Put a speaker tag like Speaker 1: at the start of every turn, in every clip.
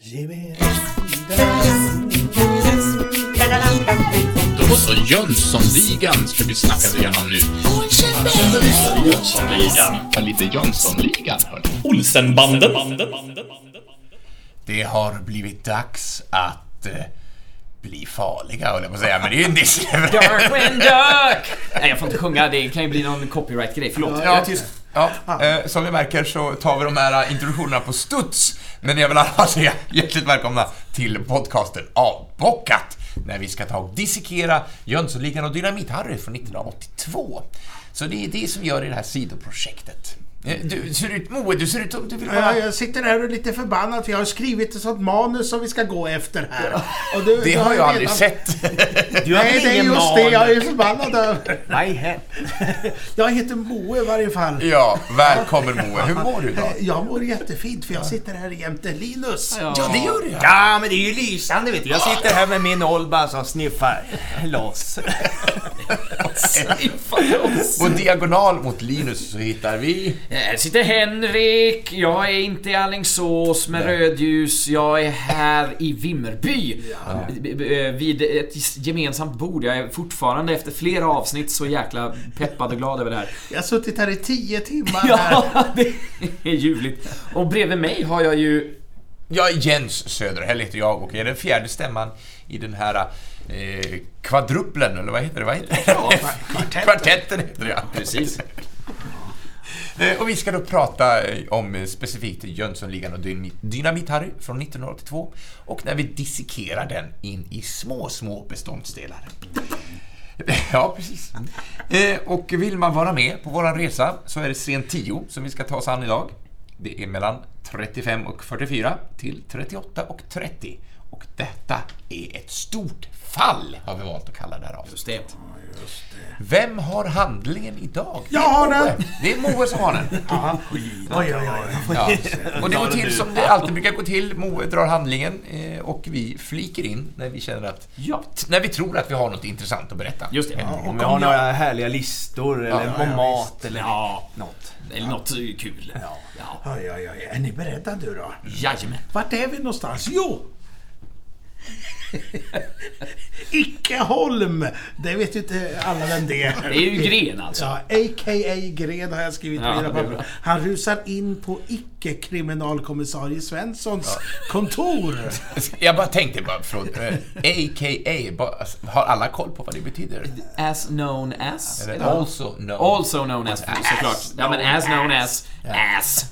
Speaker 1: Ge mig
Speaker 2: Och så Jönssonligan ska vi snacka igenom nu. Jönssonligan. Ja, Lite Jönssonligan, hörni.
Speaker 3: Olsenbanden.
Speaker 4: Det har blivit dags att eh, bli farliga, höll jag på att säga, men det är ju en Disney-referens.
Speaker 5: Darkwing Duck! Nej, jag får inte sjunga. Det kan ju bli någon copyright-grej. Förlåt. Jag är tyst.
Speaker 4: Ja, eh, som ni märker så tar vi de här introduktionerna på studs, men jag vill alla säga hjärtligt välkomna till podcasten Avbockat, när vi ska ta och dissekera Jönssonligan och Dynamit-Harry från 1982. Så det är det som gör det här sidoprojektet. Eh, Du ser ut, Moe, du ser ut som du vill
Speaker 1: Ja,
Speaker 4: vara...
Speaker 1: jag sitter här och är lite förbannad för jag har skrivit ett sånt manus som vi ska gå efter här. Och
Speaker 4: Det
Speaker 1: du
Speaker 4: har jag aldrig
Speaker 1: redan-
Speaker 4: sett.
Speaker 3: Du har
Speaker 1: Nej,
Speaker 3: väl
Speaker 1: det är
Speaker 3: ingen
Speaker 1: just det jag
Speaker 3: man?
Speaker 1: är förbannad över.
Speaker 5: Nej, här.
Speaker 1: Jag heter Moe i varje fall.
Speaker 4: Ja, välkommen Moe. Hur mår du idag?
Speaker 1: Jag mår jättefint för jag sitter här jämte Linus.
Speaker 4: Ja, det gör jag.
Speaker 3: Ja, men det är ju lysande vet du. Jag sitter här med min Olban som sniffar loss.
Speaker 4: På diagonal mot Linus så hittar vi...
Speaker 5: Här sitter Henrik. Jag är inte i Alingsås med rödljus. Jag är här i Vimmerby. B- b- eh, Vid ett gemensamt bord. Jag är fortfarande efter flera avsnitt så jäkla peppad och glad över det här.
Speaker 1: Jag har suttit här i tio timmar här.
Speaker 5: Ja, det är ljuvligt. Och bredvid mig har jag ju...
Speaker 4: Jag är Jens Söderhäll heter jag och är den fjärde stämman i den här eh, kvadruplen, eller vad heter det? Vad heter det?
Speaker 1: kvartetten.
Speaker 4: Kvartetten heter det, ja. Precis. Och vi ska då prata eh, om eh, specifikt Jönssonligan och Dynamit- Dynamit-Harry från 1982 och när vi dissekerar den in i små, små beståndsdelar. Ja, precis. Eh, Och vill man vara med på vår resa så är det scen 10 som vi ska ta oss an idag. Det är mellan 35 och 44 till 38 och 30. Och detta är ett stort fall, har vi valt att kalla det här avsnittet.
Speaker 5: Det.
Speaker 4: Vem har handlingen idag?
Speaker 1: Jag har
Speaker 4: Det är Moe.
Speaker 1: den.
Speaker 4: Det är Moe som har den.
Speaker 1: Oj, oj, oj.
Speaker 4: Ja. Och det går till som det alltid brukar gå till. Moe drar handlingen eh, och vi fliker in när vi känner att...
Speaker 5: Ja.
Speaker 4: När vi tror att vi har något intressant att berätta.
Speaker 5: Just det.
Speaker 3: Om vi har några härliga listor eller
Speaker 4: Ja,
Speaker 3: på
Speaker 4: ja,
Speaker 3: mat eller
Speaker 5: Ja,
Speaker 3: något.
Speaker 5: eller något kul. Ja.
Speaker 1: Oj, oj, oj. Är ni beredda nu då?
Speaker 5: Jajamän.
Speaker 1: Vart är vi någonstans? Jo! Ickeholm! Det vet ju inte alla vem det
Speaker 5: Det
Speaker 1: är.
Speaker 5: är ju gren alltså.
Speaker 1: Ja, a.k.a. Gren har jag skrivit på
Speaker 5: Ja,
Speaker 1: mina
Speaker 5: det är
Speaker 1: papper.
Speaker 5: bra.
Speaker 1: Han rusar in på icke-kriminalkommissarie Svenssons kontor.
Speaker 4: Jag bara tänkte bara, förlåt, eh, AKA, bara, alltså, har alla koll på vad det betyder?
Speaker 5: As known as?
Speaker 4: Eller
Speaker 5: Eller?
Speaker 4: Also known.
Speaker 5: Also known as, såklart. Ja, men as known as, ass.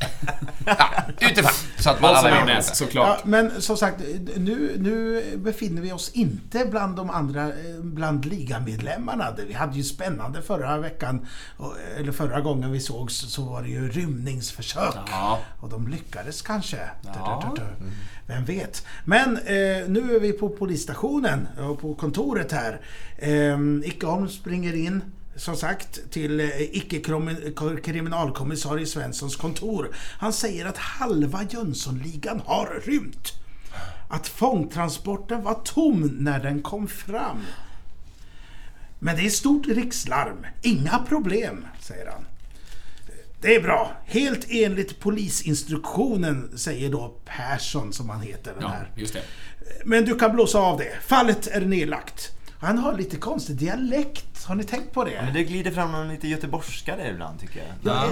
Speaker 4: Ja, utifrån, så att man
Speaker 5: Also
Speaker 4: alla
Speaker 5: known
Speaker 4: vet.
Speaker 5: as,
Speaker 1: Ja,
Speaker 5: såklart.
Speaker 1: men som sagt, nu, nu befinner vi oss inte bland de andra, eh, bland ligamedlemmarna. Det- Vi hade ju spännande förra veckan, och- eller förra gången vi sågs, så var det ju rymningsförsök.
Speaker 5: Ja.
Speaker 1: Och de lyckades kanske. Du, du, du, du. Vem vet? Men eh, nu är vi på polisstationen, och på kontoret här. Eh, Ickeholm springer in. Som sagt, till eh, icke-kriminalkommissarie Svenssons kontor. Han säger att halva Jönssonligan har rymt. Att fångtransporten var tom när den kom fram. Men det är stort rikslarm. Inga problem, säger han. Det är bra. Helt enligt polisinstruktionen, säger då Persson, som han heter den
Speaker 5: Ja,
Speaker 1: här.
Speaker 5: just det.
Speaker 1: Men du kan blåsa av det. Fallet är nedlagt. Han har lite konstig dialekt. Har ni tänkt på det?
Speaker 3: Men det glider fram någon lite göteborgska där ibland tycker jag.
Speaker 1: Jag, är,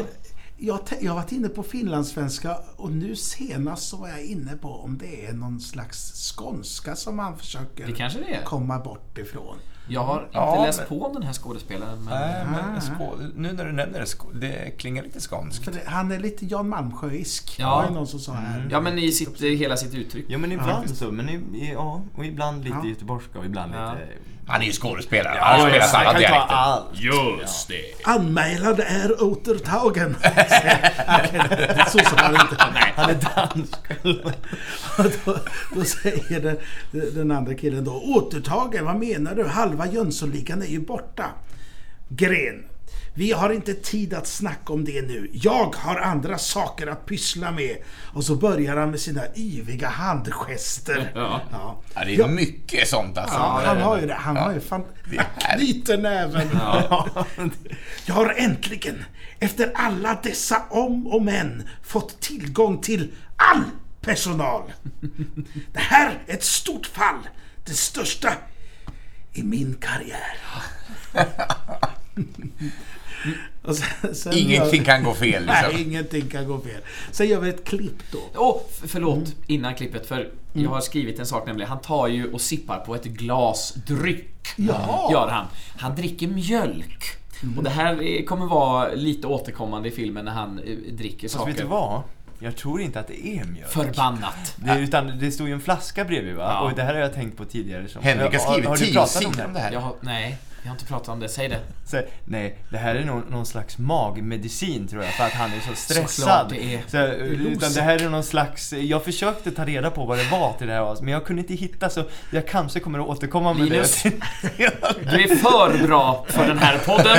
Speaker 1: jag, te- jag har varit inne på finlandssvenska och nu senast så var jag inne på om det är någon slags skånska som han försöker
Speaker 5: Det kanske det är.
Speaker 1: komma bort ifrån.
Speaker 5: Jag har inte
Speaker 4: Ja,
Speaker 5: läst
Speaker 4: men-
Speaker 5: på om den här skådespelaren, men...
Speaker 4: Nej, men skå- nu när du nämner det, skå- det klingar lite skånskt.
Speaker 1: För det- han är lite Jan Malmsjöisk.
Speaker 5: Ja. Mm.
Speaker 1: Det var ju någon som sa här.
Speaker 5: Ja, men i sitt, i hela sitt uttryck.
Speaker 3: Ja men ibland så, men i, i, ja, och ibland lite
Speaker 1: Ja.
Speaker 3: göteborgska och ibland
Speaker 5: Ja.
Speaker 3: lite...
Speaker 4: Han är ju skådespelare, han spelar
Speaker 3: jag
Speaker 4: alla
Speaker 3: kan ta
Speaker 4: dialekter.
Speaker 3: allt.
Speaker 2: Just det.
Speaker 1: Anmälan är återtagen. så sa han inte.
Speaker 3: Han är dansk.
Speaker 1: Och då, då säger den, den andra killen då Återtagen, vad menar du? Halva Jönssonligan är ju borta. Gren. Vi har inte tid att snacka om det nu. Jag har andra saker att pyssla med. Och så börjar han med sina yviga handgester.
Speaker 5: Ja.
Speaker 1: Ja.
Speaker 4: Ja, det är
Speaker 1: Ja.
Speaker 4: mycket sånt alltså.
Speaker 1: Ja, han har ju det. Han har ju fan... Knyter näven. Jag har äntligen, efter alla dessa om och men, fått tillgång till all personal. Det här är ett stort fall. Det största i min karriär. Och sen, sen
Speaker 4: Ingenting
Speaker 1: gör-
Speaker 4: kan gå fel liksom.
Speaker 1: Nej, ingenting kan gå fel. Sen gör vi ett klipp då.
Speaker 5: Åh, f- förlåt innan klippet för jag har skrivit en sak nämligen. Han tar ju och sippar på ett glas dryck.
Speaker 1: Jaha.
Speaker 5: Gör han. Han dricker mjölk. Och det här eh, kommer vara lite återkommande i filmen när han eh, dricker
Speaker 3: Fast
Speaker 5: saker.
Speaker 3: vet du vad? Jag tror inte att det är mjölk.
Speaker 5: Förbannat.
Speaker 3: Det, utan det stod ju en flaska bredvid va?
Speaker 5: Ja.
Speaker 3: Och det här har jag tänkt på tidigare. Som,
Speaker 4: Henrik har skrivit
Speaker 3: du
Speaker 4: tio
Speaker 3: pratat om
Speaker 4: sidor om det
Speaker 5: Jag
Speaker 4: här.
Speaker 5: har, nej, jag har inte pratat om det. Säg det.
Speaker 3: Så, här, nej, det här är någon, någon slags magmedicin tror jag för att han är så
Speaker 5: Såklart
Speaker 3: stressad.
Speaker 5: det är.
Speaker 3: Så, här, utan det här är någon slags... Jag försökte ta reda på vad det var till det här avsnittet, men jag kunde inte hitta så jag kanske kommer att återkomma med
Speaker 5: Linus.
Speaker 3: det.
Speaker 5: Du är för bra för den här podden.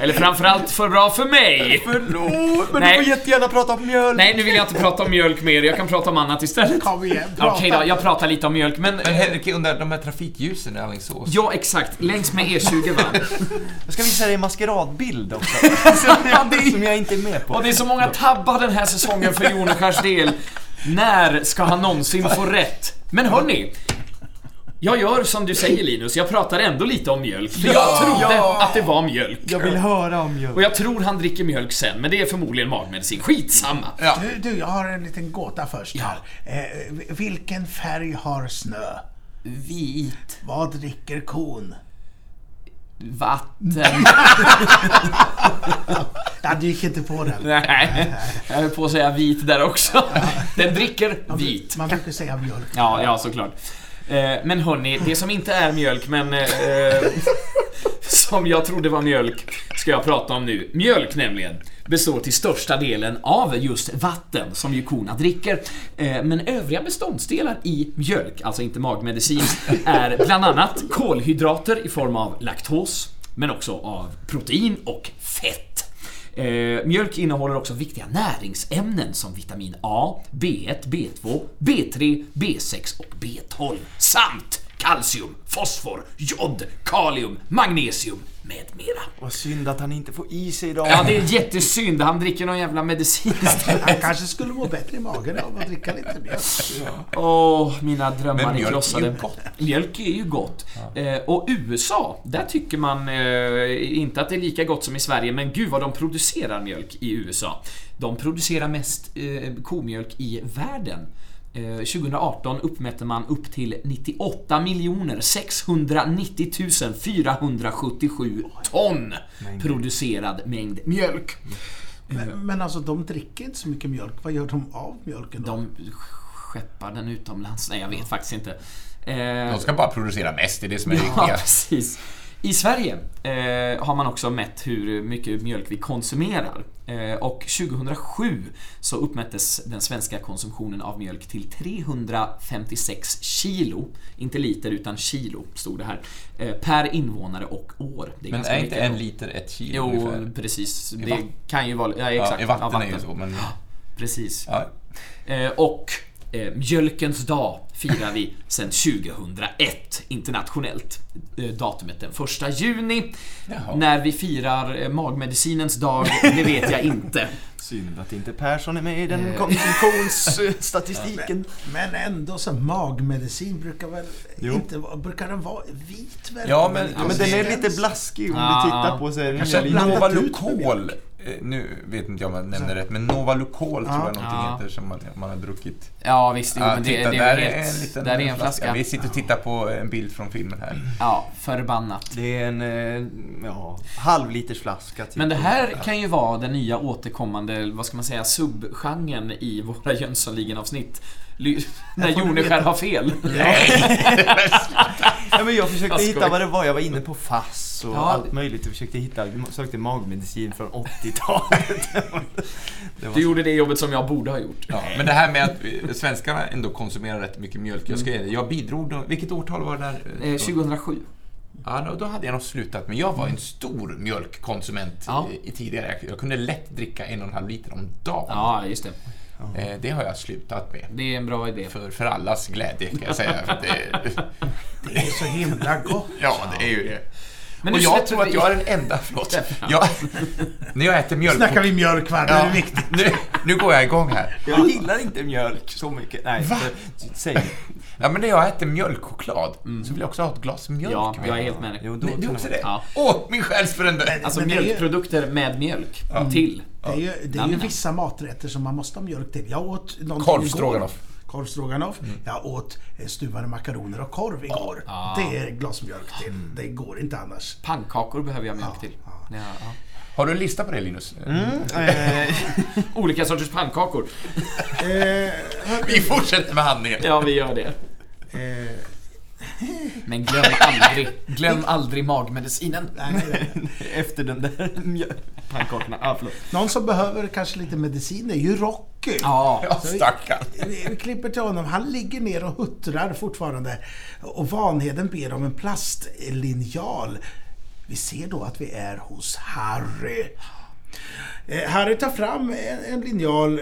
Speaker 5: Eller framförallt för bra för mig.
Speaker 3: Förlåt! Men
Speaker 5: Nej.
Speaker 3: du får jättegärna prata om mjöl!
Speaker 5: Nej, nu vill jag inte prata om mjölk mer. Jag kan prata om annat istället.
Speaker 1: Kom igen, prata.
Speaker 5: Okej då, jag pratar lite om mjölk. Men eh,
Speaker 4: Men Henrik, jag undrar, de här trafikljusen i Alingsås?
Speaker 5: Ja, exakt. Längs med E20 va?
Speaker 3: Jag ska visa dig en maskeradbild också. som, jag, som jag inte är med på.
Speaker 5: Och det är så många tabbar den här säsongen för Jonaskars del. När ska han någonsin få rätt? Men hörni. Jag gör som du säger Linus, jag pratar ändå lite om mjölk. För jag trodde att det var mjölk.
Speaker 3: Jag vill höra om mjöl.
Speaker 5: Och jag tror han dricker mjölk sen, men det är förmodligen magmedicin. Skitsamma.
Speaker 1: Du, du, jag har en liten gåta först här. Eh, vilken färg har snö?
Speaker 5: Vit.
Speaker 1: Vad dricker kon?
Speaker 5: Vatten.
Speaker 1: Ja, du gick inte på den.
Speaker 5: Nej, jag höll på att säga vit där också. Den dricker vit.
Speaker 1: Man brukar säga mjölk.
Speaker 5: Ja, ja såklart. Eh, Men hörni, det som inte är mjölk men eh, eh, som jag trodde var mjölk ska jag prata om nu. Mjölk nämligen består till största delen av just vatten som ju korna dricker. Eh, Men övriga beståndsdelar i mjölk, alltså inte magmedicin, är bland annat kolhydrater i form av laktos men också av protein och fett. Eh, mjölk innehåller också viktiga näringsämnen som vitamin A, B1, B2, B3, B6 och B12 samt kalcium, fosfor, jod, kalium, magnesium med mera.
Speaker 3: Vad synd att han inte får i sig idag.
Speaker 5: Ja, det är jättesynd. Han dricker någon jävla medicin istället.
Speaker 1: Han kanske skulle må bättre i magen av att dricka lite mjölk.
Speaker 5: Åh, mina drömmar
Speaker 4: Men mjölk är
Speaker 5: är krossade.
Speaker 4: ju gott.
Speaker 5: Mjölk är ju gott. Eh, och USA, där tycker man eh, inte att det är lika gott som i Sverige, men gud vad de producerar mjölk i USA. De producerar mest eh, komjölk i världen. Eh, 2018 uppmätte man upp till 98 690 477 ton producerad mängd mjölk.
Speaker 1: Men, men alltså, de dricker inte så mycket mjölk. Vad gör de av mjölken då?
Speaker 5: De skeppar den utomlands. Nej, jag vet faktiskt inte. Eh,
Speaker 4: De ska bara producera mest, det är det som är det
Speaker 5: Ja,
Speaker 4: viktiga.
Speaker 5: precis. I Sverige eh, har man också mätt hur mycket mjölk vi konsumerar. Eh, och 2007 så uppmättes den svenska konsumtionen av mjölk till 356 kilo, inte liter utan kilo stod det här, eh, per invånare och år. Det
Speaker 4: Men
Speaker 5: ganska
Speaker 4: är inte
Speaker 5: mycket.
Speaker 4: en liter ett kilo
Speaker 5: Jo,
Speaker 4: ungefär?
Speaker 5: precis. Det
Speaker 4: vatten.
Speaker 5: kan ju vara... Ja,
Speaker 4: Ja,
Speaker 5: exakt.
Speaker 4: i vatten,
Speaker 5: Ja,
Speaker 4: är ju så, men...
Speaker 5: Precis.
Speaker 4: Ja.
Speaker 5: Eh, och eh, Mjölkens dag firar vi sedan 2001 internationellt. Eh, datumet den 1 juni.
Speaker 4: Jaha.
Speaker 5: När vi firar eh, magmedicinens dag, det vet jag inte.
Speaker 3: Synd att inte Persson är med i
Speaker 5: Eh.
Speaker 3: den konsumtionsstatistiken.
Speaker 1: Men ändå, så magmedicin brukar väl
Speaker 3: Jo.
Speaker 1: inte vara... Brukar den vara vit? Väl?
Speaker 4: Ja, men-
Speaker 3: Ja, men den är lite blaskig om
Speaker 5: Ja.
Speaker 3: du tittar på så är den
Speaker 4: Kanske
Speaker 3: hela
Speaker 4: att
Speaker 3: linjen.
Speaker 1: blandat ut
Speaker 4: Novalucol, eh, nu vet inte jag om jag nämner rätt, men Novalucol tror jag någonting
Speaker 5: Ja.
Speaker 4: heter som man, man har druckit.
Speaker 5: Ja visst, jo,
Speaker 4: Ja,
Speaker 5: men det,
Speaker 4: titta,
Speaker 5: det
Speaker 4: där
Speaker 5: är
Speaker 4: är
Speaker 5: väl helt...
Speaker 4: en liten
Speaker 5: där är en flaska. Mm.
Speaker 4: Vi sitter och tittar på en bild från filmen här.
Speaker 5: Ja, förbannat.
Speaker 3: Det är en eh, ja, halvliters flaska typ.
Speaker 5: Men det här kan ju vara den nya återkommande, vad ska man säga, subgenren i våra Jönssonligan-avsnitt. Ly- När Joneskär har fel.
Speaker 3: ja, men jag försökte
Speaker 5: Jag
Speaker 3: hitta
Speaker 5: skojar.
Speaker 3: vad det var. Jag var inne på FASS och
Speaker 5: Ja.
Speaker 3: allt möjligt. Jag försökte hitta, sökte magmedicin från 80-talet. Det var-
Speaker 5: Du gjorde det jobbet som jag borde ha gjort.
Speaker 4: Ja, men det här med att vi- svenskarna ändå konsumerar rätt mycket mjölk. Jag, ska, ge dig- jag bidrog, då, vilket årtal var det där?
Speaker 5: Mm. Eh, 2007.
Speaker 4: Ja, då- då hade jag nog slutat, men jag var en stor mjölkkonsument eh,
Speaker 5: Ja.
Speaker 4: i, i tidigare. Jag, jag kunde lätt dricka en och en halv liter om dagen.
Speaker 5: Ja, just det.
Speaker 4: Eh, det har jag slutat med.
Speaker 5: Det är en bra idé.
Speaker 4: För, för allas glädje kan jag säga. För det,
Speaker 1: Det är så himla gott.
Speaker 4: ja, det är ju det.
Speaker 5: Men
Speaker 4: och
Speaker 5: nu
Speaker 4: jag
Speaker 5: släpper
Speaker 4: tror att
Speaker 5: vi-
Speaker 4: jag är den enda, förlåt. Jag, när jag äter mjölk...
Speaker 1: Snackar vi mjölk va? Det är viktigt.
Speaker 4: nu, nu går jag igång här.
Speaker 3: Jag gillar inte mjölk så mycket. Nej, det- säg.
Speaker 4: Ja, men när jag äter mjölkchoklad så vill jag också ha ett glas mjölk
Speaker 5: Mm. Ja,
Speaker 4: med.
Speaker 5: jag är helt med dig.
Speaker 3: Jo, då
Speaker 4: Nej, det är också det?
Speaker 5: Ja.
Speaker 4: Åh, min själsfrände!
Speaker 5: Alltså
Speaker 1: Men det är ju-
Speaker 5: mjölkprodukter med mjölk till.
Speaker 1: Det är ju, det är ju
Speaker 5: Namnen.
Speaker 1: vissa maträtter som man måste ha mjölk till. Jag åt någonting
Speaker 4: Korv
Speaker 1: igår.
Speaker 4: stroganoff. Mm.
Speaker 1: Korv stroganoff. Jag åt eh, stuvade makaroner och korv igår. Det är ett glas mjölk till. Det går inte annars.
Speaker 5: Pannkakor behöver jag mjölk till. Ja, ja.
Speaker 4: Har du en lista på det, Linus?
Speaker 5: Mm.
Speaker 3: Eh,
Speaker 5: Olika sorters pannkakor.
Speaker 4: Vi fortsätter med handlingen.
Speaker 5: Ja, vi gör det.
Speaker 1: Eh,
Speaker 5: Men glöm aldrig, glöm aldrig magmedicinen.
Speaker 1: nej, nej.
Speaker 3: Efter den där mjöl- pannkakorna. Ah, förlåt.
Speaker 1: Någon som behöver kanske lite medicin är ju Rocky.
Speaker 5: Ja,
Speaker 4: Ja, stackarn.
Speaker 1: Vi vi klipper till honom. Han ligger ner och huttrar fortfarande. Och Vanheden ber om en plastlinjal. Vi ser då att vi är hos Harry. Eh, Harry tar fram en, en linjal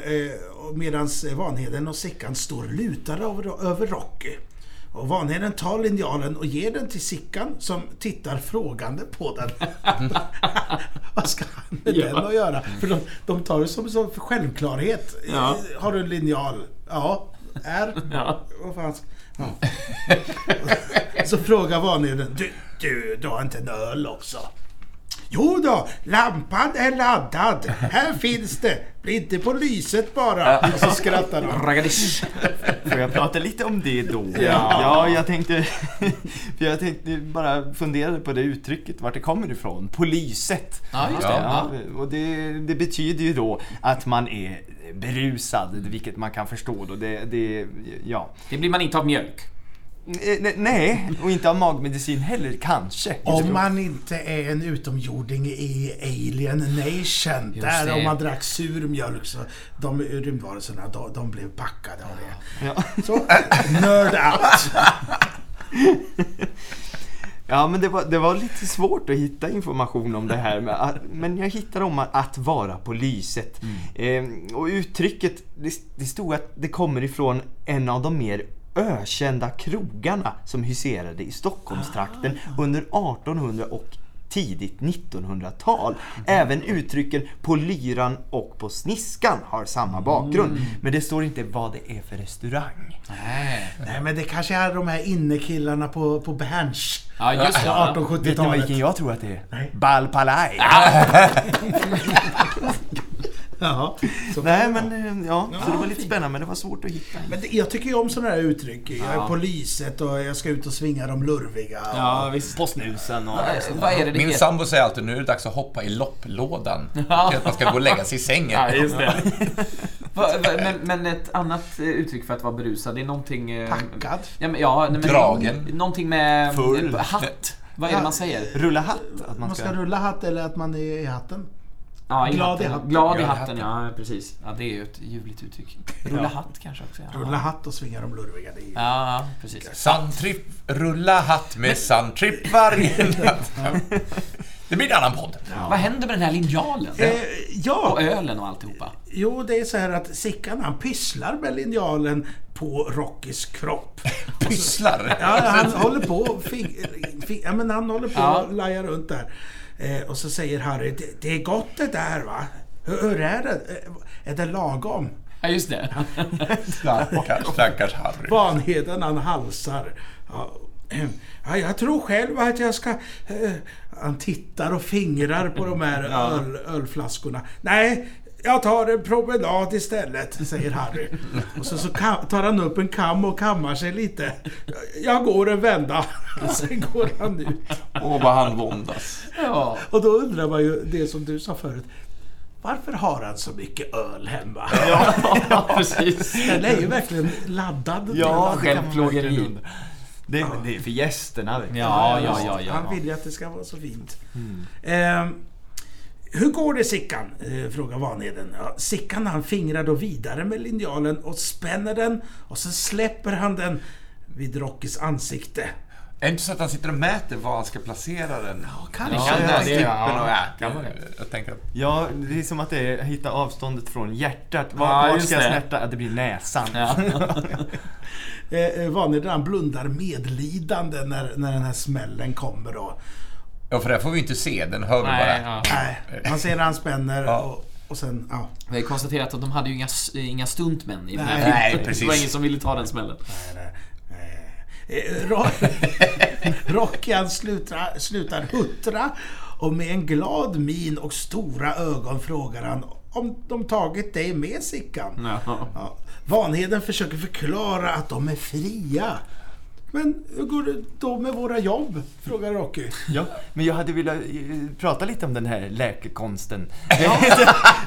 Speaker 1: medan Vanheden och Sickan står lutade över, över Rocky. Och Vanheden tar linjalen och ger den till Sickan som tittar frågande på den. Vad ska han med
Speaker 5: Ja.
Speaker 1: den att göra? För de, de tar det som, som självklarhet.
Speaker 5: Ja.
Speaker 1: Eh, Har du en linjal? Ja. Är?
Speaker 5: Ja.
Speaker 1: Vad fan ska- ja. Så frågar Vanheden. Du, du, du har inte en öl också? Jo då, lampan är laddad. Här finns det. Bli inte på lyset bara. Och så skrattar de.
Speaker 5: raggadish.
Speaker 3: Får jag prata lite om det då? Ja, jag tänkte... För jag tänkte bara funderade på det uttrycket, vart det kommer ifrån. Poliset.
Speaker 5: Ja, just det.
Speaker 3: Ja, och det, det betyder ju då att man är berusad, vilket man kan förstå då. Det, det, ja.
Speaker 5: Det blir man inte av mjölk.
Speaker 3: Eh, ne- Nej, och inte av magmedicin heller, kanske.
Speaker 1: Om man inte är en utomjording i Alien Nation.
Speaker 5: det.
Speaker 1: där om man drack sur mjölk så de rymdvarelserna, de, de blev packade av det.
Speaker 3: Ja.
Speaker 1: Så, nerd out!
Speaker 3: Ja, men det var, det var lite svårt att hitta information om det här. Med, att- men jag hittade om att- att vara på lyset. Eh, och uttrycket, det, det stod att det kommer ifrån en av de mer ökända krogarna som huserade i Stockholmstrakten under 1800 och tidigt 1900-tal. Även uttrycken på lyran och på sniskan har samma bakgrund. Men det står inte vad det är för restaurang.
Speaker 5: Nej.
Speaker 1: Nej men det kanske är de här innekillarna på, på Berns. Alltså,
Speaker 5: Ja, just det. Ja.
Speaker 3: Vet ni vilken
Speaker 1: 1870-talet.
Speaker 3: jag tror att det är?
Speaker 1: Nej.
Speaker 3: Balpalaj!
Speaker 1: Ja, så.
Speaker 3: Nej men eh, ja, så det var lite spännande men det var svårt att hitta.
Speaker 1: Men det, jag tycker ju om sådana här uttryck. Jag är på lyset och jag ska ut och svinga de lurviga.
Speaker 5: Ja, visst.
Speaker 3: På snusen och...
Speaker 5: Eh, Vad är det det
Speaker 4: Min
Speaker 5: heter?
Speaker 4: sambo säger alltid nu är det dags att hoppa i lopplådan.
Speaker 5: Ja.
Speaker 4: Att man ska gå och lägga sig i
Speaker 5: Ja,
Speaker 4: sängen.
Speaker 5: just det. Va, va, men, men ett annat eh, uttryck för att vara berusad, det är någonting... eh,
Speaker 1: Packad.
Speaker 5: Ja, men, ja, nej, men,
Speaker 4: Dragen.
Speaker 5: Någonting med... eh,
Speaker 3: Full.
Speaker 5: Hatt. Vad är det man säger?
Speaker 3: Rulla hatt, att man
Speaker 1: Man ska
Speaker 3: ska...
Speaker 1: rulla hatt eller att man är i hatten.
Speaker 5: Ja,
Speaker 1: Glad i hatten.
Speaker 5: Glad i
Speaker 4: Glad i
Speaker 5: hatten, ja precis. Ja, det är ju ett ljuvligt uttryck. Rulla hatt kanske också. Ja,
Speaker 1: Rulla hatt och svinga de lurviga. Det är ju...
Speaker 5: ja ja, precis.
Speaker 4: Sandtripp, rulla hatt med sandtripp varje natt. Det blir en annan podd.
Speaker 5: Vad händer med den här linjalen?
Speaker 1: Eh, ja.
Speaker 5: Och ölen och alltihopa?
Speaker 1: Jo, det är så här att Sickan han pysslar med linjalen på Rockys kropp.
Speaker 4: Pysslar.
Speaker 1: Ja, han håller på och fing, fing, ja, men han håller på
Speaker 5: Ja.
Speaker 1: och lajar runt där. Eh, och så säger Harry, det, det är gott det där va? Hur, hur är det? Eh, Är det lagom?
Speaker 5: Ja, just det.
Speaker 4: Stackars, stackars Harry.
Speaker 1: Vanheden han halsar. Ja, ehm, ja, jag tror själv att jag ska... Eh, han tittar och fingrar på de här öl, ölflaskorna. Nej, jag tar en promenad istället, säger Harry. Och så, så ka- tar han upp en kam och kammar sig lite. Jag går en vända. Sen går han ut.
Speaker 4: Åh, vad han våndas.
Speaker 5: Ja.
Speaker 1: Och då undrar man ju det som du sa förut. Varför har han så mycket öl hemma?
Speaker 5: ja, precis.
Speaker 1: Den är ju verkligen laddad. Den-
Speaker 3: Ja, det kan man
Speaker 5: Självplågeri.
Speaker 3: verkligen undra. Det, är- det är för gästerna vet du.
Speaker 5: Ja, ja, ja, Mm. ja.
Speaker 1: Han vill ju att det ska vara så fint. Ehm, hur går det Sickan? Eh, frågar Vanheden. Ja, Sickan han fingrar då vidare med linjalen och spänner den och så släpper han den vid Rockys ansikte.
Speaker 4: Är det inte så att han sitter och mäter var han ska placera den? Ja,
Speaker 1: kanske.
Speaker 4: den där
Speaker 5: Ja, det-
Speaker 4: strippen
Speaker 5: ja,
Speaker 4: och äter. Jag tänker att
Speaker 3: Ja, det är som att det är hitta avståndet från hjärtat. Var,
Speaker 5: Ja,
Speaker 3: var
Speaker 5: just
Speaker 3: ska jag
Speaker 5: det.
Speaker 3: snärta? Ja, det blir näsan.
Speaker 5: Ja.
Speaker 1: Eh, eh, Vanheden han blundar medlidande när, när den här smällen kommer då.
Speaker 4: Ja, för det här får vi inte se. Den hör vi bara.
Speaker 5: Nej, ja.
Speaker 1: Nej, man ser när han spänner
Speaker 4: Ja.
Speaker 1: och, och sen... Ja.
Speaker 5: Vi har ju konstaterat att de hade ju inga, s- inga stuntmän i den
Speaker 1: Nej,
Speaker 5: här filmen.
Speaker 4: nej,
Speaker 5: Det
Speaker 4: precis.
Speaker 5: var ingen som ville ta den smällen.
Speaker 1: Eh, Ro- Rocky han slutar, slutar huttra och med en glad min och stora ögon frågar han om de tagit dig med Sickan.
Speaker 5: Ja.
Speaker 1: Ja. Vanheden försöker förklara att de är fria. Men hur går det då med våra jobb? Frågar Rocky.
Speaker 3: Ja, men jag hade velat eh, prata lite om den här läkekonsten.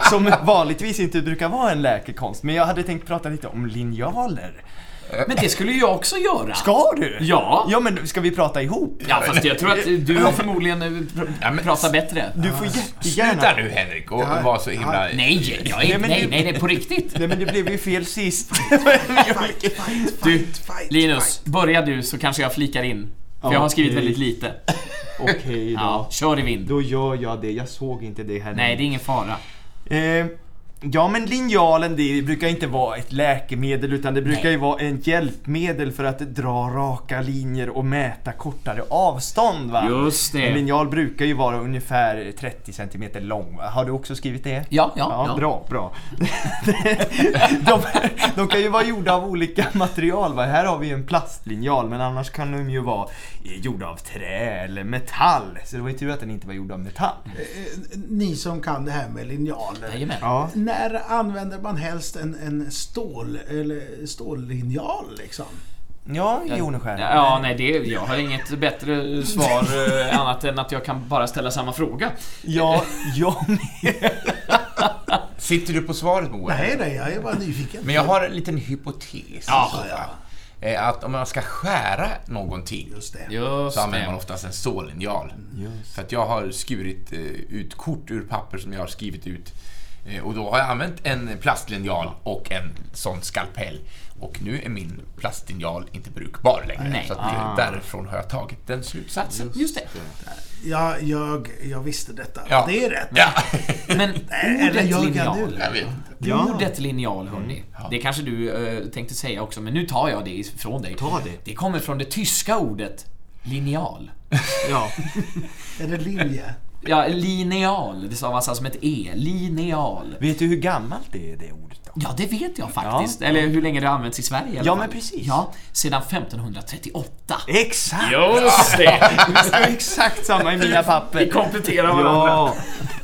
Speaker 3: Som vanligtvis inte brukar vara en läkekonst, men jag hade tänkt prata lite om linjaler.
Speaker 5: Men det skulle ju jag också göra.
Speaker 3: Ska du?
Speaker 5: Ja.
Speaker 3: Ja, men ska vi prata ihop?
Speaker 5: Ja, fast jag tror att du har förmodligen eh, pr-
Speaker 4: Ja, men-
Speaker 5: pratar bättre.
Speaker 3: Du får jättegärna...
Speaker 4: Sluta nu Henrik och var så himla...
Speaker 5: Nej, jag är,
Speaker 3: men
Speaker 5: nej,
Speaker 3: du-
Speaker 5: nej, nej, på riktigt.
Speaker 3: Nej, men det blev ju fel sist.
Speaker 1: Fight, fight,
Speaker 5: Du,
Speaker 1: fight, fight,
Speaker 5: Linus, börja du så kanske jag flikar in. För jag har skrivit
Speaker 3: Okej.
Speaker 5: väldigt lite.
Speaker 3: Okej
Speaker 5: Ja,
Speaker 3: då.
Speaker 5: kör i vind.
Speaker 3: Då gör jag det. Jag såg inte det här.
Speaker 5: Nej, det är ingen fara.
Speaker 3: Eh, ja, men linjalen det brukar inte vara ett läkemedel utan det brukar ju vara en hjälpmedel för att dra raka linjer och mäta kortare avstånd. Va?
Speaker 5: Just det.
Speaker 3: En linjal brukar ju vara ungefär 30 cm lång. va? Har du också skrivit det?
Speaker 5: Ja, ja,
Speaker 3: Ja,
Speaker 5: ja.
Speaker 3: bra, bra. de, de kan ju vara gjorda av olika material. Va? Här har vi ju en plastlinjal men annars kan de ju vara eh, gjorda av trä eller metall. Så det var ju tur att den inte var gjord av metall.
Speaker 1: Eh, Ni som kan det här med linjaler.
Speaker 5: Jajamän.
Speaker 3: Ja.
Speaker 1: När använder man helst en, en stål, eller stållinjal liksom?
Speaker 3: Ja, Joneskär.
Speaker 5: Ja, nej, det, jag har inget bättre svar eh, annat än att jag kan bara ställa samma fråga.
Speaker 3: Ja, ja,
Speaker 4: Sitter du på svaret Moa?
Speaker 1: Nej, nej, jag är bara nyfiken.
Speaker 4: Men jag har en liten hypotes.
Speaker 5: Ja,
Speaker 4: Eh, Att om man ska skära någonting
Speaker 1: Just det.
Speaker 5: Just
Speaker 4: så använder man
Speaker 5: det.
Speaker 4: oftast en stållinjal. För att jag har skurit eh, ut kort ur papper som jag har skrivit ut. Eh, Och då har jag använt en plastlinjal och en sån skalpell. Och nu är min plastlinjal inte brukbar längre.
Speaker 5: Nej.
Speaker 4: Så att det, därifrån har jag tagit den slutsatsen.
Speaker 5: Just det.
Speaker 1: Ja, jag, jag visste detta.
Speaker 4: Ja.
Speaker 1: Det är rätt.
Speaker 4: Ja,
Speaker 5: Men
Speaker 1: Eller
Speaker 5: ordet
Speaker 1: jag kan
Speaker 5: linjal.
Speaker 1: nu.
Speaker 4: jag vet inte.
Speaker 3: Ja.
Speaker 5: Ordet linjal, hörni. Det kanske du eh, tänkte säga också, men nu tar jag det ifrån dig.
Speaker 3: Ta det.
Speaker 5: Det kommer från det tyska ordet linjal.
Speaker 3: ja.
Speaker 1: Är det linje?
Speaker 5: Ja, lineal. Det stavas alltså med ett E. Lineal.
Speaker 3: Vet du hur gammalt det är, det ordet då?
Speaker 5: Ja, det vet jag faktiskt. Eller hur länge det har använts i Sverige i alla
Speaker 3: Ja,
Speaker 5: fall.
Speaker 3: men precis.
Speaker 5: Ja, sedan 1538.
Speaker 3: Exakt!
Speaker 5: Just det!
Speaker 3: Det står exakt samma i mina
Speaker 5: Vi
Speaker 3: papper.
Speaker 5: kompletterar varandra.
Speaker 3: Ja,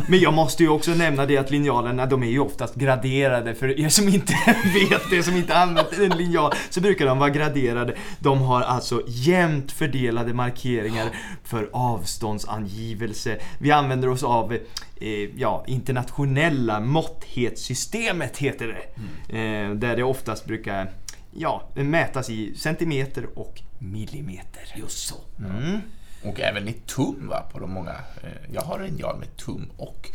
Speaker 3: men jag måste ju också nämna det att linjalerna de är ju oftast graderade för er som inte vet det, som inte använt en linjal, så brukar de vara graderade. De har alltså jämnt fördelade markeringar för avståndsangivelse. Vi använder oss av eh, ja, internationella måtthetssystemet heter det. Eh, där det oftast brukar ja, mätas i centimeter och millimeter.
Speaker 5: Just så.
Speaker 4: Och även i tum va, på de många. eh, Jag har en jal med tum och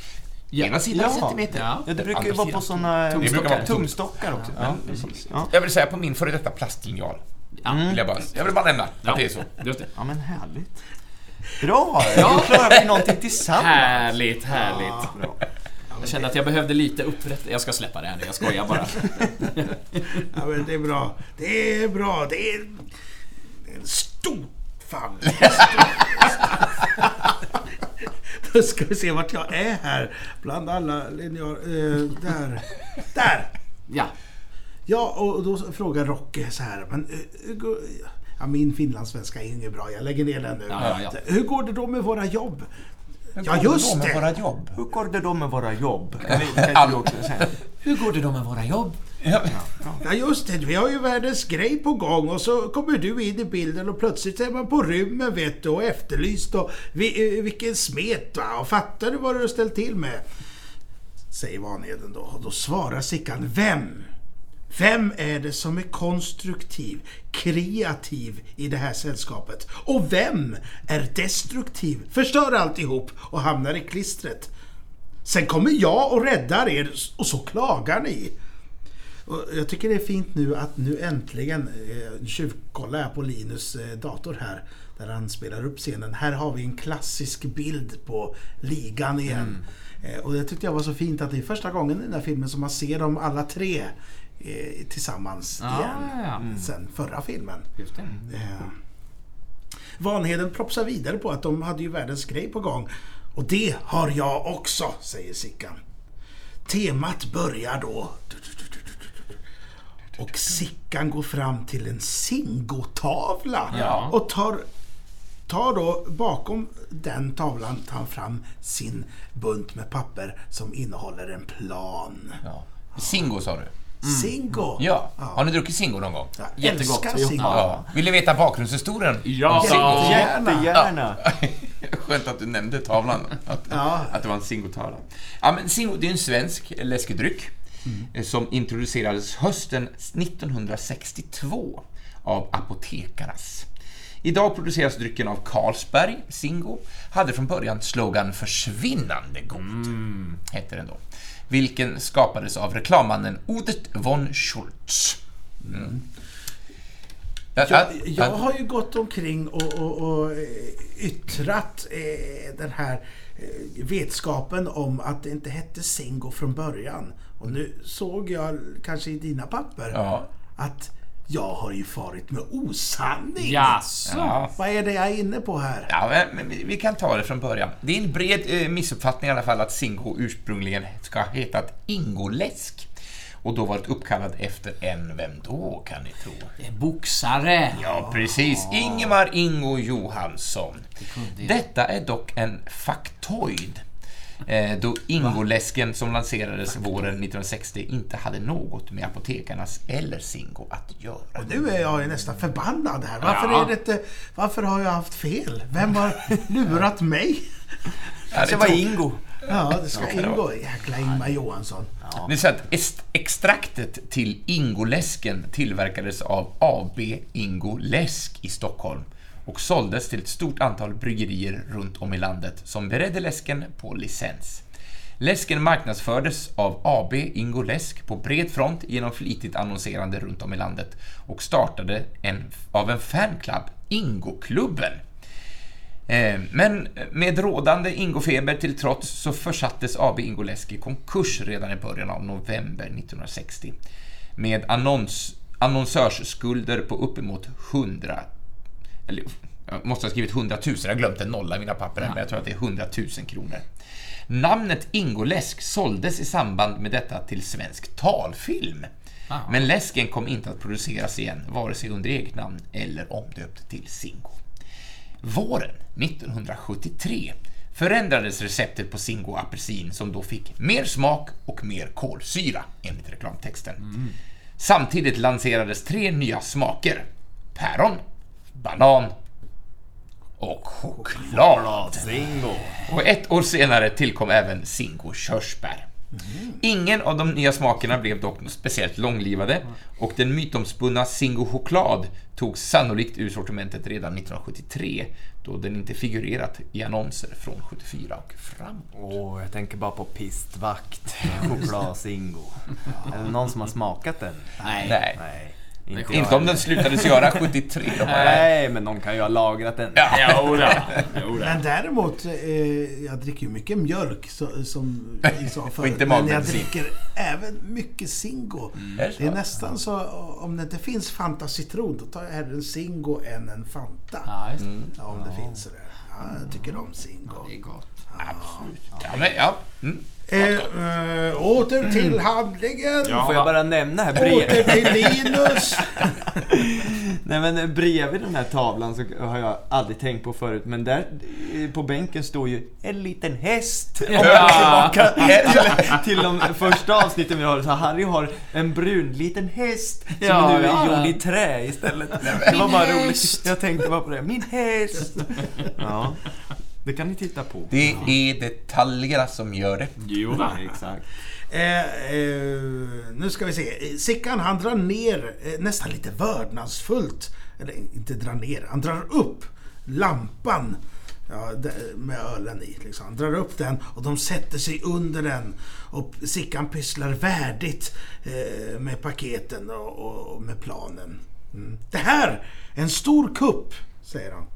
Speaker 5: Ja.
Speaker 4: ena sidan
Speaker 3: Ja.
Speaker 4: centimeter.
Speaker 5: Ja.
Speaker 3: Ja, det brukar ju
Speaker 4: Andra
Speaker 3: vara på
Speaker 4: sidan.
Speaker 3: såna
Speaker 4: Det brukar vara Mm. tum.
Speaker 3: tumstockar också. Ja, precis. Ja.
Speaker 4: Jag vill säga på min före detta plastlinjal. Vill jag, bara, jag vill bara nämna att det är så.
Speaker 5: Just Mm. det.
Speaker 3: ja, men härligt. Bra! Då klarar vi någonting tillsammans.
Speaker 5: Härligt, härligt.
Speaker 3: Bra.
Speaker 5: Jag kände att jag behövde lite upprätt... Jag ska släppa det här nu, jag skojar bara.
Speaker 1: Ja, men det är bra. Det är bra. Det är det är en stor fan. Då ska vi se vart jag är här. Bland alla linjar. Eh, där. Där!
Speaker 5: Ja.
Speaker 1: Ja, och då frågar Rocky så här. Men, eh, hur går- ja, min finlandssvenska är inget bra. Jag lägger ner den nu.
Speaker 5: Ja, ja, ja.
Speaker 1: Hur går det då med våra jobb? Ja,
Speaker 4: Vad
Speaker 1: just
Speaker 4: då med
Speaker 1: det.
Speaker 4: våra jobb.
Speaker 3: Hur går det då med våra jobb? Kan vi- kan vi också säga.
Speaker 5: Hur går det då med våra jobb?
Speaker 1: Ja just det, vi har ju världens grej på gång och så kommer du in i bilden och plötsligt är man på rymmen vet du och efterlyst och vi, eh, vilken smet va? Och fattar du vad du har ställt till med? Säger Vanheden då och då svarar Sickan Vem? Vem är det som är konstruktiv, kreativ i det här sällskapet? Och vem är destruktiv, förstör alltihop och hamnar i klistret? Sen kommer jag och räddar er och så klagar ni. Och jag tycker det är fint nu att nu äntligen eh, tjuvkollar jag på Linus eh, dator här där han spelar upp scenen. Här har vi en klassisk bild på ligan igen.
Speaker 5: Mm.
Speaker 1: Eh, och det tyckte jag var så fint att det är första gången i den här filmen som man ser dem alla tre eh, tillsammans
Speaker 5: Ah,
Speaker 1: igen.
Speaker 5: ja.
Speaker 1: Sen förra filmen.
Speaker 5: Just det.
Speaker 1: Eh, Vanheden propsar vidare på att de hade ju världens grej på gång. Och det har jag också, säger Sickan. Temat börjar då. Och Sickan går fram till en singotavla
Speaker 5: Ja.
Speaker 1: och tar, tar då bakom den tavlan tar han fram sin bunt med papper som innehåller en plan.
Speaker 4: Ja. Singo sa du?
Speaker 1: Singo!
Speaker 4: Ja. Har ni druckit Singo någon gång?
Speaker 1: Jag
Speaker 5: Jättegott.
Speaker 1: älskar Singo.
Speaker 4: Ja. Vill ni veta bakgrundshistorien?
Speaker 5: Ja.
Speaker 1: Singo.
Speaker 3: Jättegärna!
Speaker 4: Skönt att du nämnde tavlan, att,
Speaker 1: Ja.
Speaker 4: att det var en singotavla. Ja, men singo, det är en svensk läskedryck
Speaker 1: Mm.
Speaker 4: eh, som introducerades hösten 1962 av Apotekarnas. Idag produceras drycken av Carlsberg. Singo hade från början slogan ”Försvinnande god”,
Speaker 1: Mm.
Speaker 4: hette den då, vilken skapades av reklammannen Odet von Schultz. Mm. Ja,
Speaker 1: Jag,
Speaker 4: ja,
Speaker 1: jag
Speaker 4: ja.
Speaker 1: har ju gått omkring och, och, och eh, yttrat eh, den här eh, vetskapen om att det inte hette Singo från början. Och nu såg jag kanske i dina papper
Speaker 4: Ja.
Speaker 1: att jag har ju farit med osanning.
Speaker 5: Jaså?
Speaker 4: Ja.
Speaker 1: Vad är det jag är inne på här?
Speaker 4: Ja, men- men vi vi kan ta det från början. Det är en bred eh, missuppfattning i alla fall att Singo ursprungligen ska ha hetat Ingoläsk och då varit uppkallad efter en, vem då kan ni tro?
Speaker 5: En Boxare.
Speaker 4: Ja, precis. Ingemar Ingo Johansson. Detta är dock en faktoid. Eh, då Ingoläsken som lanserades våren 1960 inte hade något med apotekarnas eller Singo att göra.
Speaker 1: Nu är jag ju nästan förbannad här. Varför,
Speaker 5: Ja.
Speaker 1: är det inte, varför har jag haft fel? Vem har lurat mig?
Speaker 4: Ja,
Speaker 3: Det
Speaker 4: det
Speaker 3: var
Speaker 4: tog-
Speaker 3: Ingo.
Speaker 1: Ja, det ska
Speaker 4: kan det
Speaker 1: ingå. Jäkla Ingmar Johansson.
Speaker 4: Det är så att est- extraktet till Ingoläsken tillverkades av AB Ingo Läsk i Stockholm och såldes till ett stort antal bryggerier runt om i landet som beredde läsken på licens. Läsken marknadsfördes av AB Ingo Läsk på bred front genom flitigt annonserande runt om i landet och startade en, av en fanclub, Ingoklubben. Eh, Men med rådande ingofeber till trots så försattes AB Ingolesk i konkurs redan i början av november 1960 med annons, annonsörsskulder på uppemot 100... Eller, jag måste ha skrivit 100 000, jag har glömt en nolla i mina papper här, men jag tror att det är 100 000 kronor. Namnet Ingoläsk såldes i samband med detta till Svensk talfilm. Men läsken kom inte att produceras igen, vare sig under eget namn eller omdöpt till Singo. Våren 1973 förändrades receptet på Singo apelsin som då fick mer smak och mer kolsyra enligt reklamtexten. Samtidigt lanserades tre nya smaker. Päron, banan och choklad.
Speaker 3: Singo.
Speaker 4: Och ett år senare tillkom även Singo körsbär.
Speaker 5: Mm.
Speaker 4: Ingen av de nya smakerna blev dock speciellt långlivade
Speaker 5: Mm.
Speaker 4: och den mytomspunna Singo choklad togs sannolikt ur sortimentet redan 1973 då den inte figurerat i annonser från 74 och framåt.
Speaker 3: Åh, jag tänker bara på pistvakt, choklad-Singo. Är det någon som har smakat den?
Speaker 5: Nej.
Speaker 4: Nej,
Speaker 3: Nej, inte
Speaker 4: inte
Speaker 3: jag.
Speaker 4: om den slutades göra 73. Då bara,
Speaker 3: Nej, men någon kan ju ha lagrat den.
Speaker 4: Ja.
Speaker 5: Jodå. Jodå.
Speaker 1: Men däremot, eh, jag dricker ju mycket mjölk så, som vi sa förut.
Speaker 4: inte
Speaker 1: men jag
Speaker 4: magmedicin. Mm.
Speaker 1: dricker även mycket Singo.
Speaker 4: Är det så?
Speaker 1: Det är nästan så, om det inte finns Fanta citron, då tar jag hellre en Singo än en Fanta.
Speaker 5: Ja, just det.
Speaker 1: Ja, om det finns sådär. Ja, jag tycker om Singo.
Speaker 5: Det är gott.
Speaker 4: Absolut. Ja, men, ja. Mm.
Speaker 1: Eh, eh, åter till handlingen!
Speaker 3: Får jag bara nämna här
Speaker 1: Åter
Speaker 3: brev...
Speaker 1: till Linus!
Speaker 3: Nej men bredvid den här tavlan så har jag aldrig tänkt på förut men där eh, på bänken står ju en liten häst. Om man
Speaker 5: Ja.
Speaker 3: är tillbaka till, till de första avsnitten vi har så Harry har en brun liten häst som
Speaker 5: Ja,
Speaker 3: nu
Speaker 5: det har
Speaker 3: är
Speaker 5: han.
Speaker 3: gjord i trä istället. Det var bara roligt.
Speaker 5: häst.
Speaker 3: Jag tänkte bara på det. Min häst! Ja, det kan ni titta på.
Speaker 4: Det är detaljerna som gör det.
Speaker 5: Jo, va?
Speaker 3: Exakt.
Speaker 1: Eh, eh, nu ska vi se. Eh, Sickan han drar ner, eh, nästan lite vördnadsfullt, eller inte drar ner, han drar upp lampan ja, d- med ölen i. Liksom. Han drar upp den och de sätter sig under den. Och Sickan pysslar värdigt eh, med paketen och, och, och med planen. Mm. Det här! En stor kupp, säger han.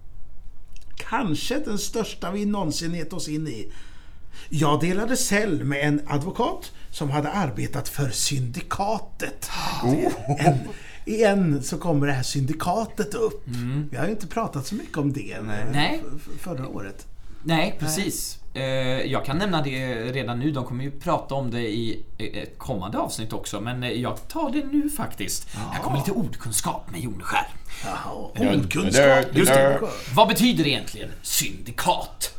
Speaker 1: Kanske den största vi någonsin gett oss in i. Jag delade cell med
Speaker 4: Oh.
Speaker 1: en advokat som hade arbetat för Syndikatet. En igen så kommer det här syndikatet upp.
Speaker 4: Mm.
Speaker 1: Vi har ju inte pratat så mycket om det eh,
Speaker 5: Nej.
Speaker 1: f- f- förra året.
Speaker 5: Nej, precis. Eh, Jag kan nämna det redan nu. De kommer ju prata om det i eh, ett kommande avsnitt också, men eh, jag tar det nu faktiskt. Här kommer lite ordkunskap med Joneskär.
Speaker 1: Jaha,
Speaker 4: Ja,
Speaker 1: ordkunskap.
Speaker 4: det- det-
Speaker 5: Vad betyder egentligen syndikat?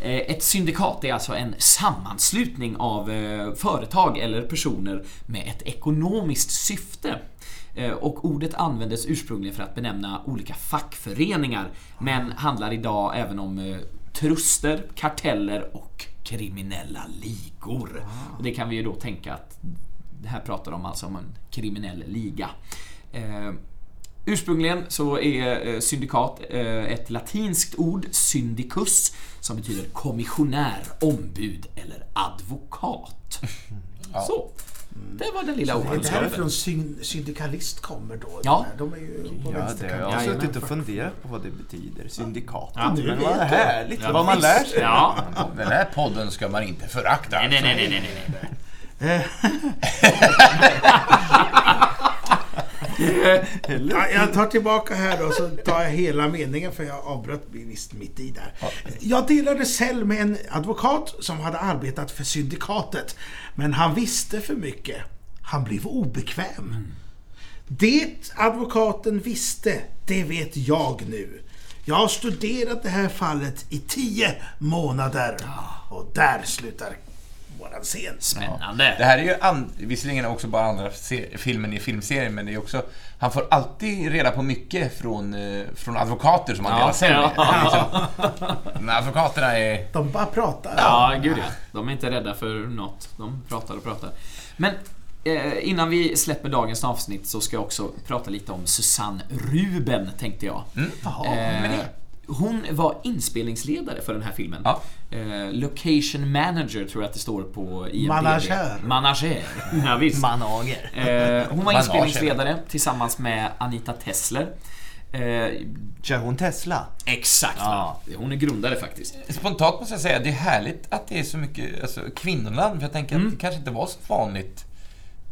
Speaker 5: Eh, Ett syndikat är alltså en sammanslutning av eh, företag eller personer med ett ekonomiskt syfte. Eh, Och ordet användes ursprungligen för att benämna olika fackföreningar men handlar idag även om eh, truster, karteller och kriminella ligor. Och det kan vi ju då tänka att det här pratar de alltså om en kriminell liga. Eh, Ursprungligen så är eh, syndikat eh, ett latinskt ord, syndicus, som betyder kommissionär, ombud eller advokat. Så, det var den lilla
Speaker 1: Det är
Speaker 5: ordkunskapen.
Speaker 1: därifrån syn- syndikalist kommer då.
Speaker 5: Ja.
Speaker 1: De är ju på
Speaker 3: Ja, det, jag
Speaker 1: vänsterkanten.
Speaker 3: har
Speaker 5: Jajamän.
Speaker 3: suttit och funderat på vad det betyder, syndikatet.
Speaker 1: du
Speaker 3: men
Speaker 1: vet
Speaker 3: vad
Speaker 1: det.
Speaker 3: härligt,
Speaker 5: Ja.
Speaker 3: vad man lär sig.
Speaker 5: Ja.
Speaker 4: Den här podden ska man inte förakta.
Speaker 5: Nej, nej, nej, nej, nej, nej.
Speaker 1: Ja, jag tar tillbaka här då, så tar jag hela meningen för jag avbröt visst mitt i där. Jag delade cell med en advokat som hade arbetat för syndikatet. Men han visste för mycket. Han blev obekväm. Det advokaten visste, det vet jag nu. Jag har studerat det här fallet i tio månader. Och där slutar våran scen.
Speaker 4: Det
Speaker 5: Spännande.
Speaker 4: här är ju an- visserligen också bara andra se- filmen i filmserien, men det är också... Han får alltid reda på mycket från, eh, från advokater som han
Speaker 5: Ja,
Speaker 4: delar sig med.
Speaker 5: ja.
Speaker 4: Liksom. Men advokaterna är...
Speaker 1: De bara pratar.
Speaker 5: Ja, gud ja. De är inte rädda för något. De pratar och pratar. Men eh, innan vi släpper dagens avsnitt så ska jag också prata lite om Susanne Ruben, tänkte jag. Eh, hon var inspelningsledare för den här filmen.
Speaker 4: Ja.
Speaker 5: Eh, location manager tror jag att det står på IMDB.
Speaker 1: Manager.
Speaker 5: Manager. Ja, visst.
Speaker 3: Manager.
Speaker 5: Eh, hon var
Speaker 4: Manager.
Speaker 5: inspelningsledare tillsammans med Anita Tessler. Eh,
Speaker 3: Kör hon Tesla?
Speaker 5: exakt.
Speaker 3: Ja.
Speaker 5: Hon är grundare faktiskt.
Speaker 4: Spontant måste jag säga, det är härligt att det är så mycket alltså, kvinnoland, för jag tänker att det kanske inte var så vanligt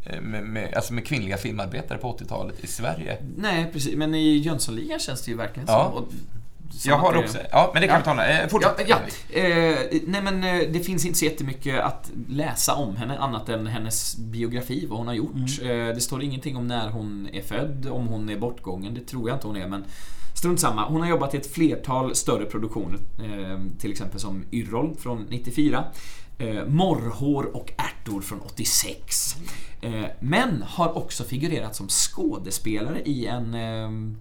Speaker 4: eh, med, med, alltså med kvinnliga filmarbetare på 80-talet i Sverige.
Speaker 5: Nej, precis. Men i Jönssonligan känns det ju verkligen
Speaker 4: Ja.
Speaker 5: som. Och, som
Speaker 4: Jag
Speaker 5: att
Speaker 4: har
Speaker 5: det-
Speaker 4: också... Ja, men det kan vi ta nu. Eh,
Speaker 5: Ja,
Speaker 4: fortsätt.
Speaker 5: ja. Eh, nej men eh, det finns inte så jättemycket att läsa om henne annat än hennes biografi, vad hon har gjort.
Speaker 4: Mm.
Speaker 5: Eh, det står ingenting om när hon är född, om hon är bortgången, det tror jag inte hon är men strunt samma. Hon har jobbat i ett flertal större produktioner, eh, till exempel som Yrrol från 94, eh, Morrhår och ärtor från 86.
Speaker 4: Mm.
Speaker 5: Eh, men har också figurerat som skådespelare i en eh,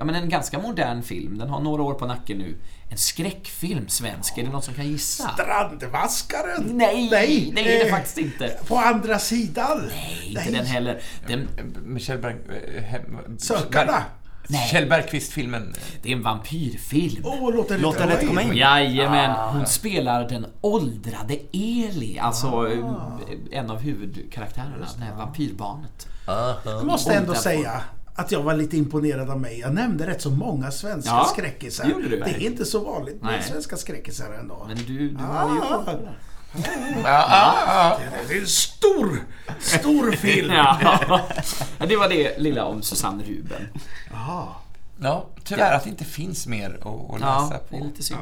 Speaker 5: Ja men en ganska modern film, den har några år på nacken nu. En skräckfilm svensk, är det någon som kan gissa?
Speaker 1: Strandvaskaren!
Speaker 5: Nej, nej, det är det
Speaker 1: Eh,
Speaker 5: faktiskt inte.
Speaker 1: På andra sidan?
Speaker 5: Nej, inte den heller. Den,
Speaker 4: Michel Berg... eh, hem-
Speaker 1: Sökarna?
Speaker 5: Nej.
Speaker 4: Kjell Bergqvist-filmen.
Speaker 5: det är en vampyrfilm.
Speaker 1: Åh, oh, låt det
Speaker 3: Låt den rätt komma in.
Speaker 5: Jajamän, hon spelar den åldrade Eli, alltså eh, en av huvudkaraktärerna, det här vampyrbarnet.
Speaker 1: Jag måste ändå
Speaker 5: Åldra
Speaker 1: säga att jag var lite imponerad av mig. Jag nämnde rätt så många svenska
Speaker 5: Ja,
Speaker 1: skräckisar.
Speaker 5: det gjorde du.
Speaker 1: Det är inte så vanligt med
Speaker 5: Nej.
Speaker 1: svenska skräckisar ändå.
Speaker 5: Men du, du har ju koll på det.
Speaker 4: Ja, ja, ja.
Speaker 1: Det är en stor, stor film!
Speaker 5: Ja, det var det lilla om Susanne Ruben.
Speaker 4: ja, tyvärr att det inte finns mer att, att läsa
Speaker 5: Ja, det är
Speaker 4: på.
Speaker 5: lite synd.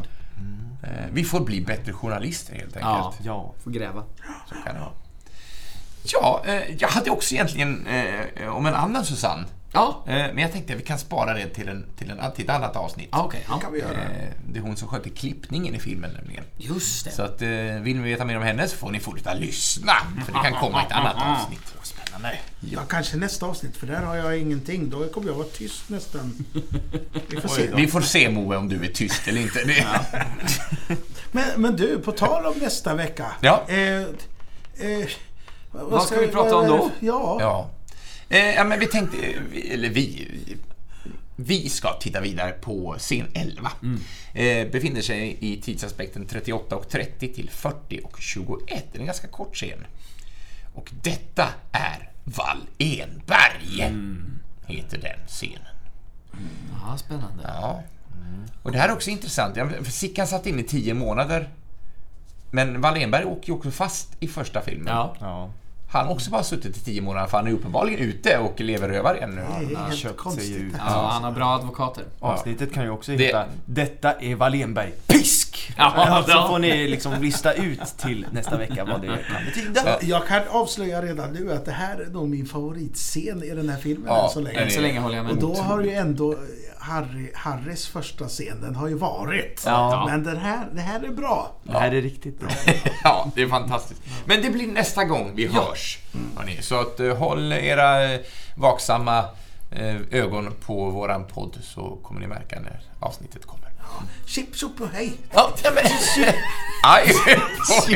Speaker 4: Eh, Vi får bli bättre journalister helt
Speaker 5: Ja,
Speaker 4: enkelt.
Speaker 3: Ja.
Speaker 5: får gräva.
Speaker 4: Så kan det vara. Ja, eh, jag hade också egentligen eh, om en annan Susanne.
Speaker 5: Ja,
Speaker 4: Eh, men jag tänkte att vi kan spara det till, en, till, en, till ett annat avsnitt.
Speaker 5: ah, okej. ja.
Speaker 1: kan vi göra.
Speaker 4: Eh, det är hon som sköter klippningen i filmen nämligen.
Speaker 5: Just det.
Speaker 4: Så att, eh, vill ni veta mer om henne så får ni fortsätta lyssna. För det kan komma ett annat avsnitt.
Speaker 1: Ja, kanske nästa avsnitt, för där har jag ingenting. Då kommer jag vara tyst nästan. Vi får se.
Speaker 4: Vi får se Moe om du är tyst eller inte. Det,
Speaker 1: Men, men du, på tal om nästa vecka.
Speaker 4: Ja.
Speaker 1: Eh, eh,
Speaker 5: Vad ska vi prata om då?
Speaker 1: Ja,
Speaker 4: Ja. Eh, ja, men vi tänkte, eh, vi- eller vi, vi ska titta vidare på scen 11. Eh, befinner sig i tidsaspekten 38 och 30 till 40 och 21. Det är en ganska kort scen. Och detta är Wall Enberg, heter den scenen.
Speaker 5: Ja, spännande.
Speaker 4: Ja. Mm. Och det här är också intressant. Ja, för Sickan satt inne i 10 månader. Men Wallenberg åker ju också fast i första filmen.
Speaker 5: Ja.
Speaker 3: ja.
Speaker 4: Han har också bara suttit i tio månader för han är uppenbarligen ute och lever rövare ännu.
Speaker 1: Det är
Speaker 3: Han
Speaker 1: helt
Speaker 3: köpte sig
Speaker 1: konstigt.
Speaker 3: ut.
Speaker 5: Ja, han har bra advokater.
Speaker 3: Avsnittet kan ju också
Speaker 4: Det-
Speaker 3: heta Detta är Wallenberg Pisk!
Speaker 5: Ja,
Speaker 3: så
Speaker 5: ja.
Speaker 3: får ni liksom lista ut till nästa vecka vad det kan betyda.
Speaker 4: Ja.
Speaker 1: Jag kan avslöja redan nu att det här är nog min favoritscen i den här filmen
Speaker 4: Ja,
Speaker 1: än så länge.
Speaker 5: Än så länge håller jag
Speaker 1: Och
Speaker 5: med.
Speaker 1: då har ju ändå eh, Harry, Harrys första scen, den har ju varit.
Speaker 3: Ja.
Speaker 1: Men den här, det här är bra.
Speaker 3: Det här är riktigt bra.
Speaker 4: ja, det är fantastiskt. Men det blir nästa gång vi hörs. Hörni. Så att, eh, håll era eh, vaksamma eh, ögon på våran podd så kommer ni märka när avsnittet kommer.
Speaker 1: Chip, chop och hej!
Speaker 4: Ja, men... Aj!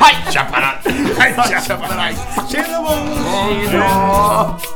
Speaker 4: Hej Chaparral! Hej Chaparral!
Speaker 1: Tjena Bob!
Speaker 4: Hej då!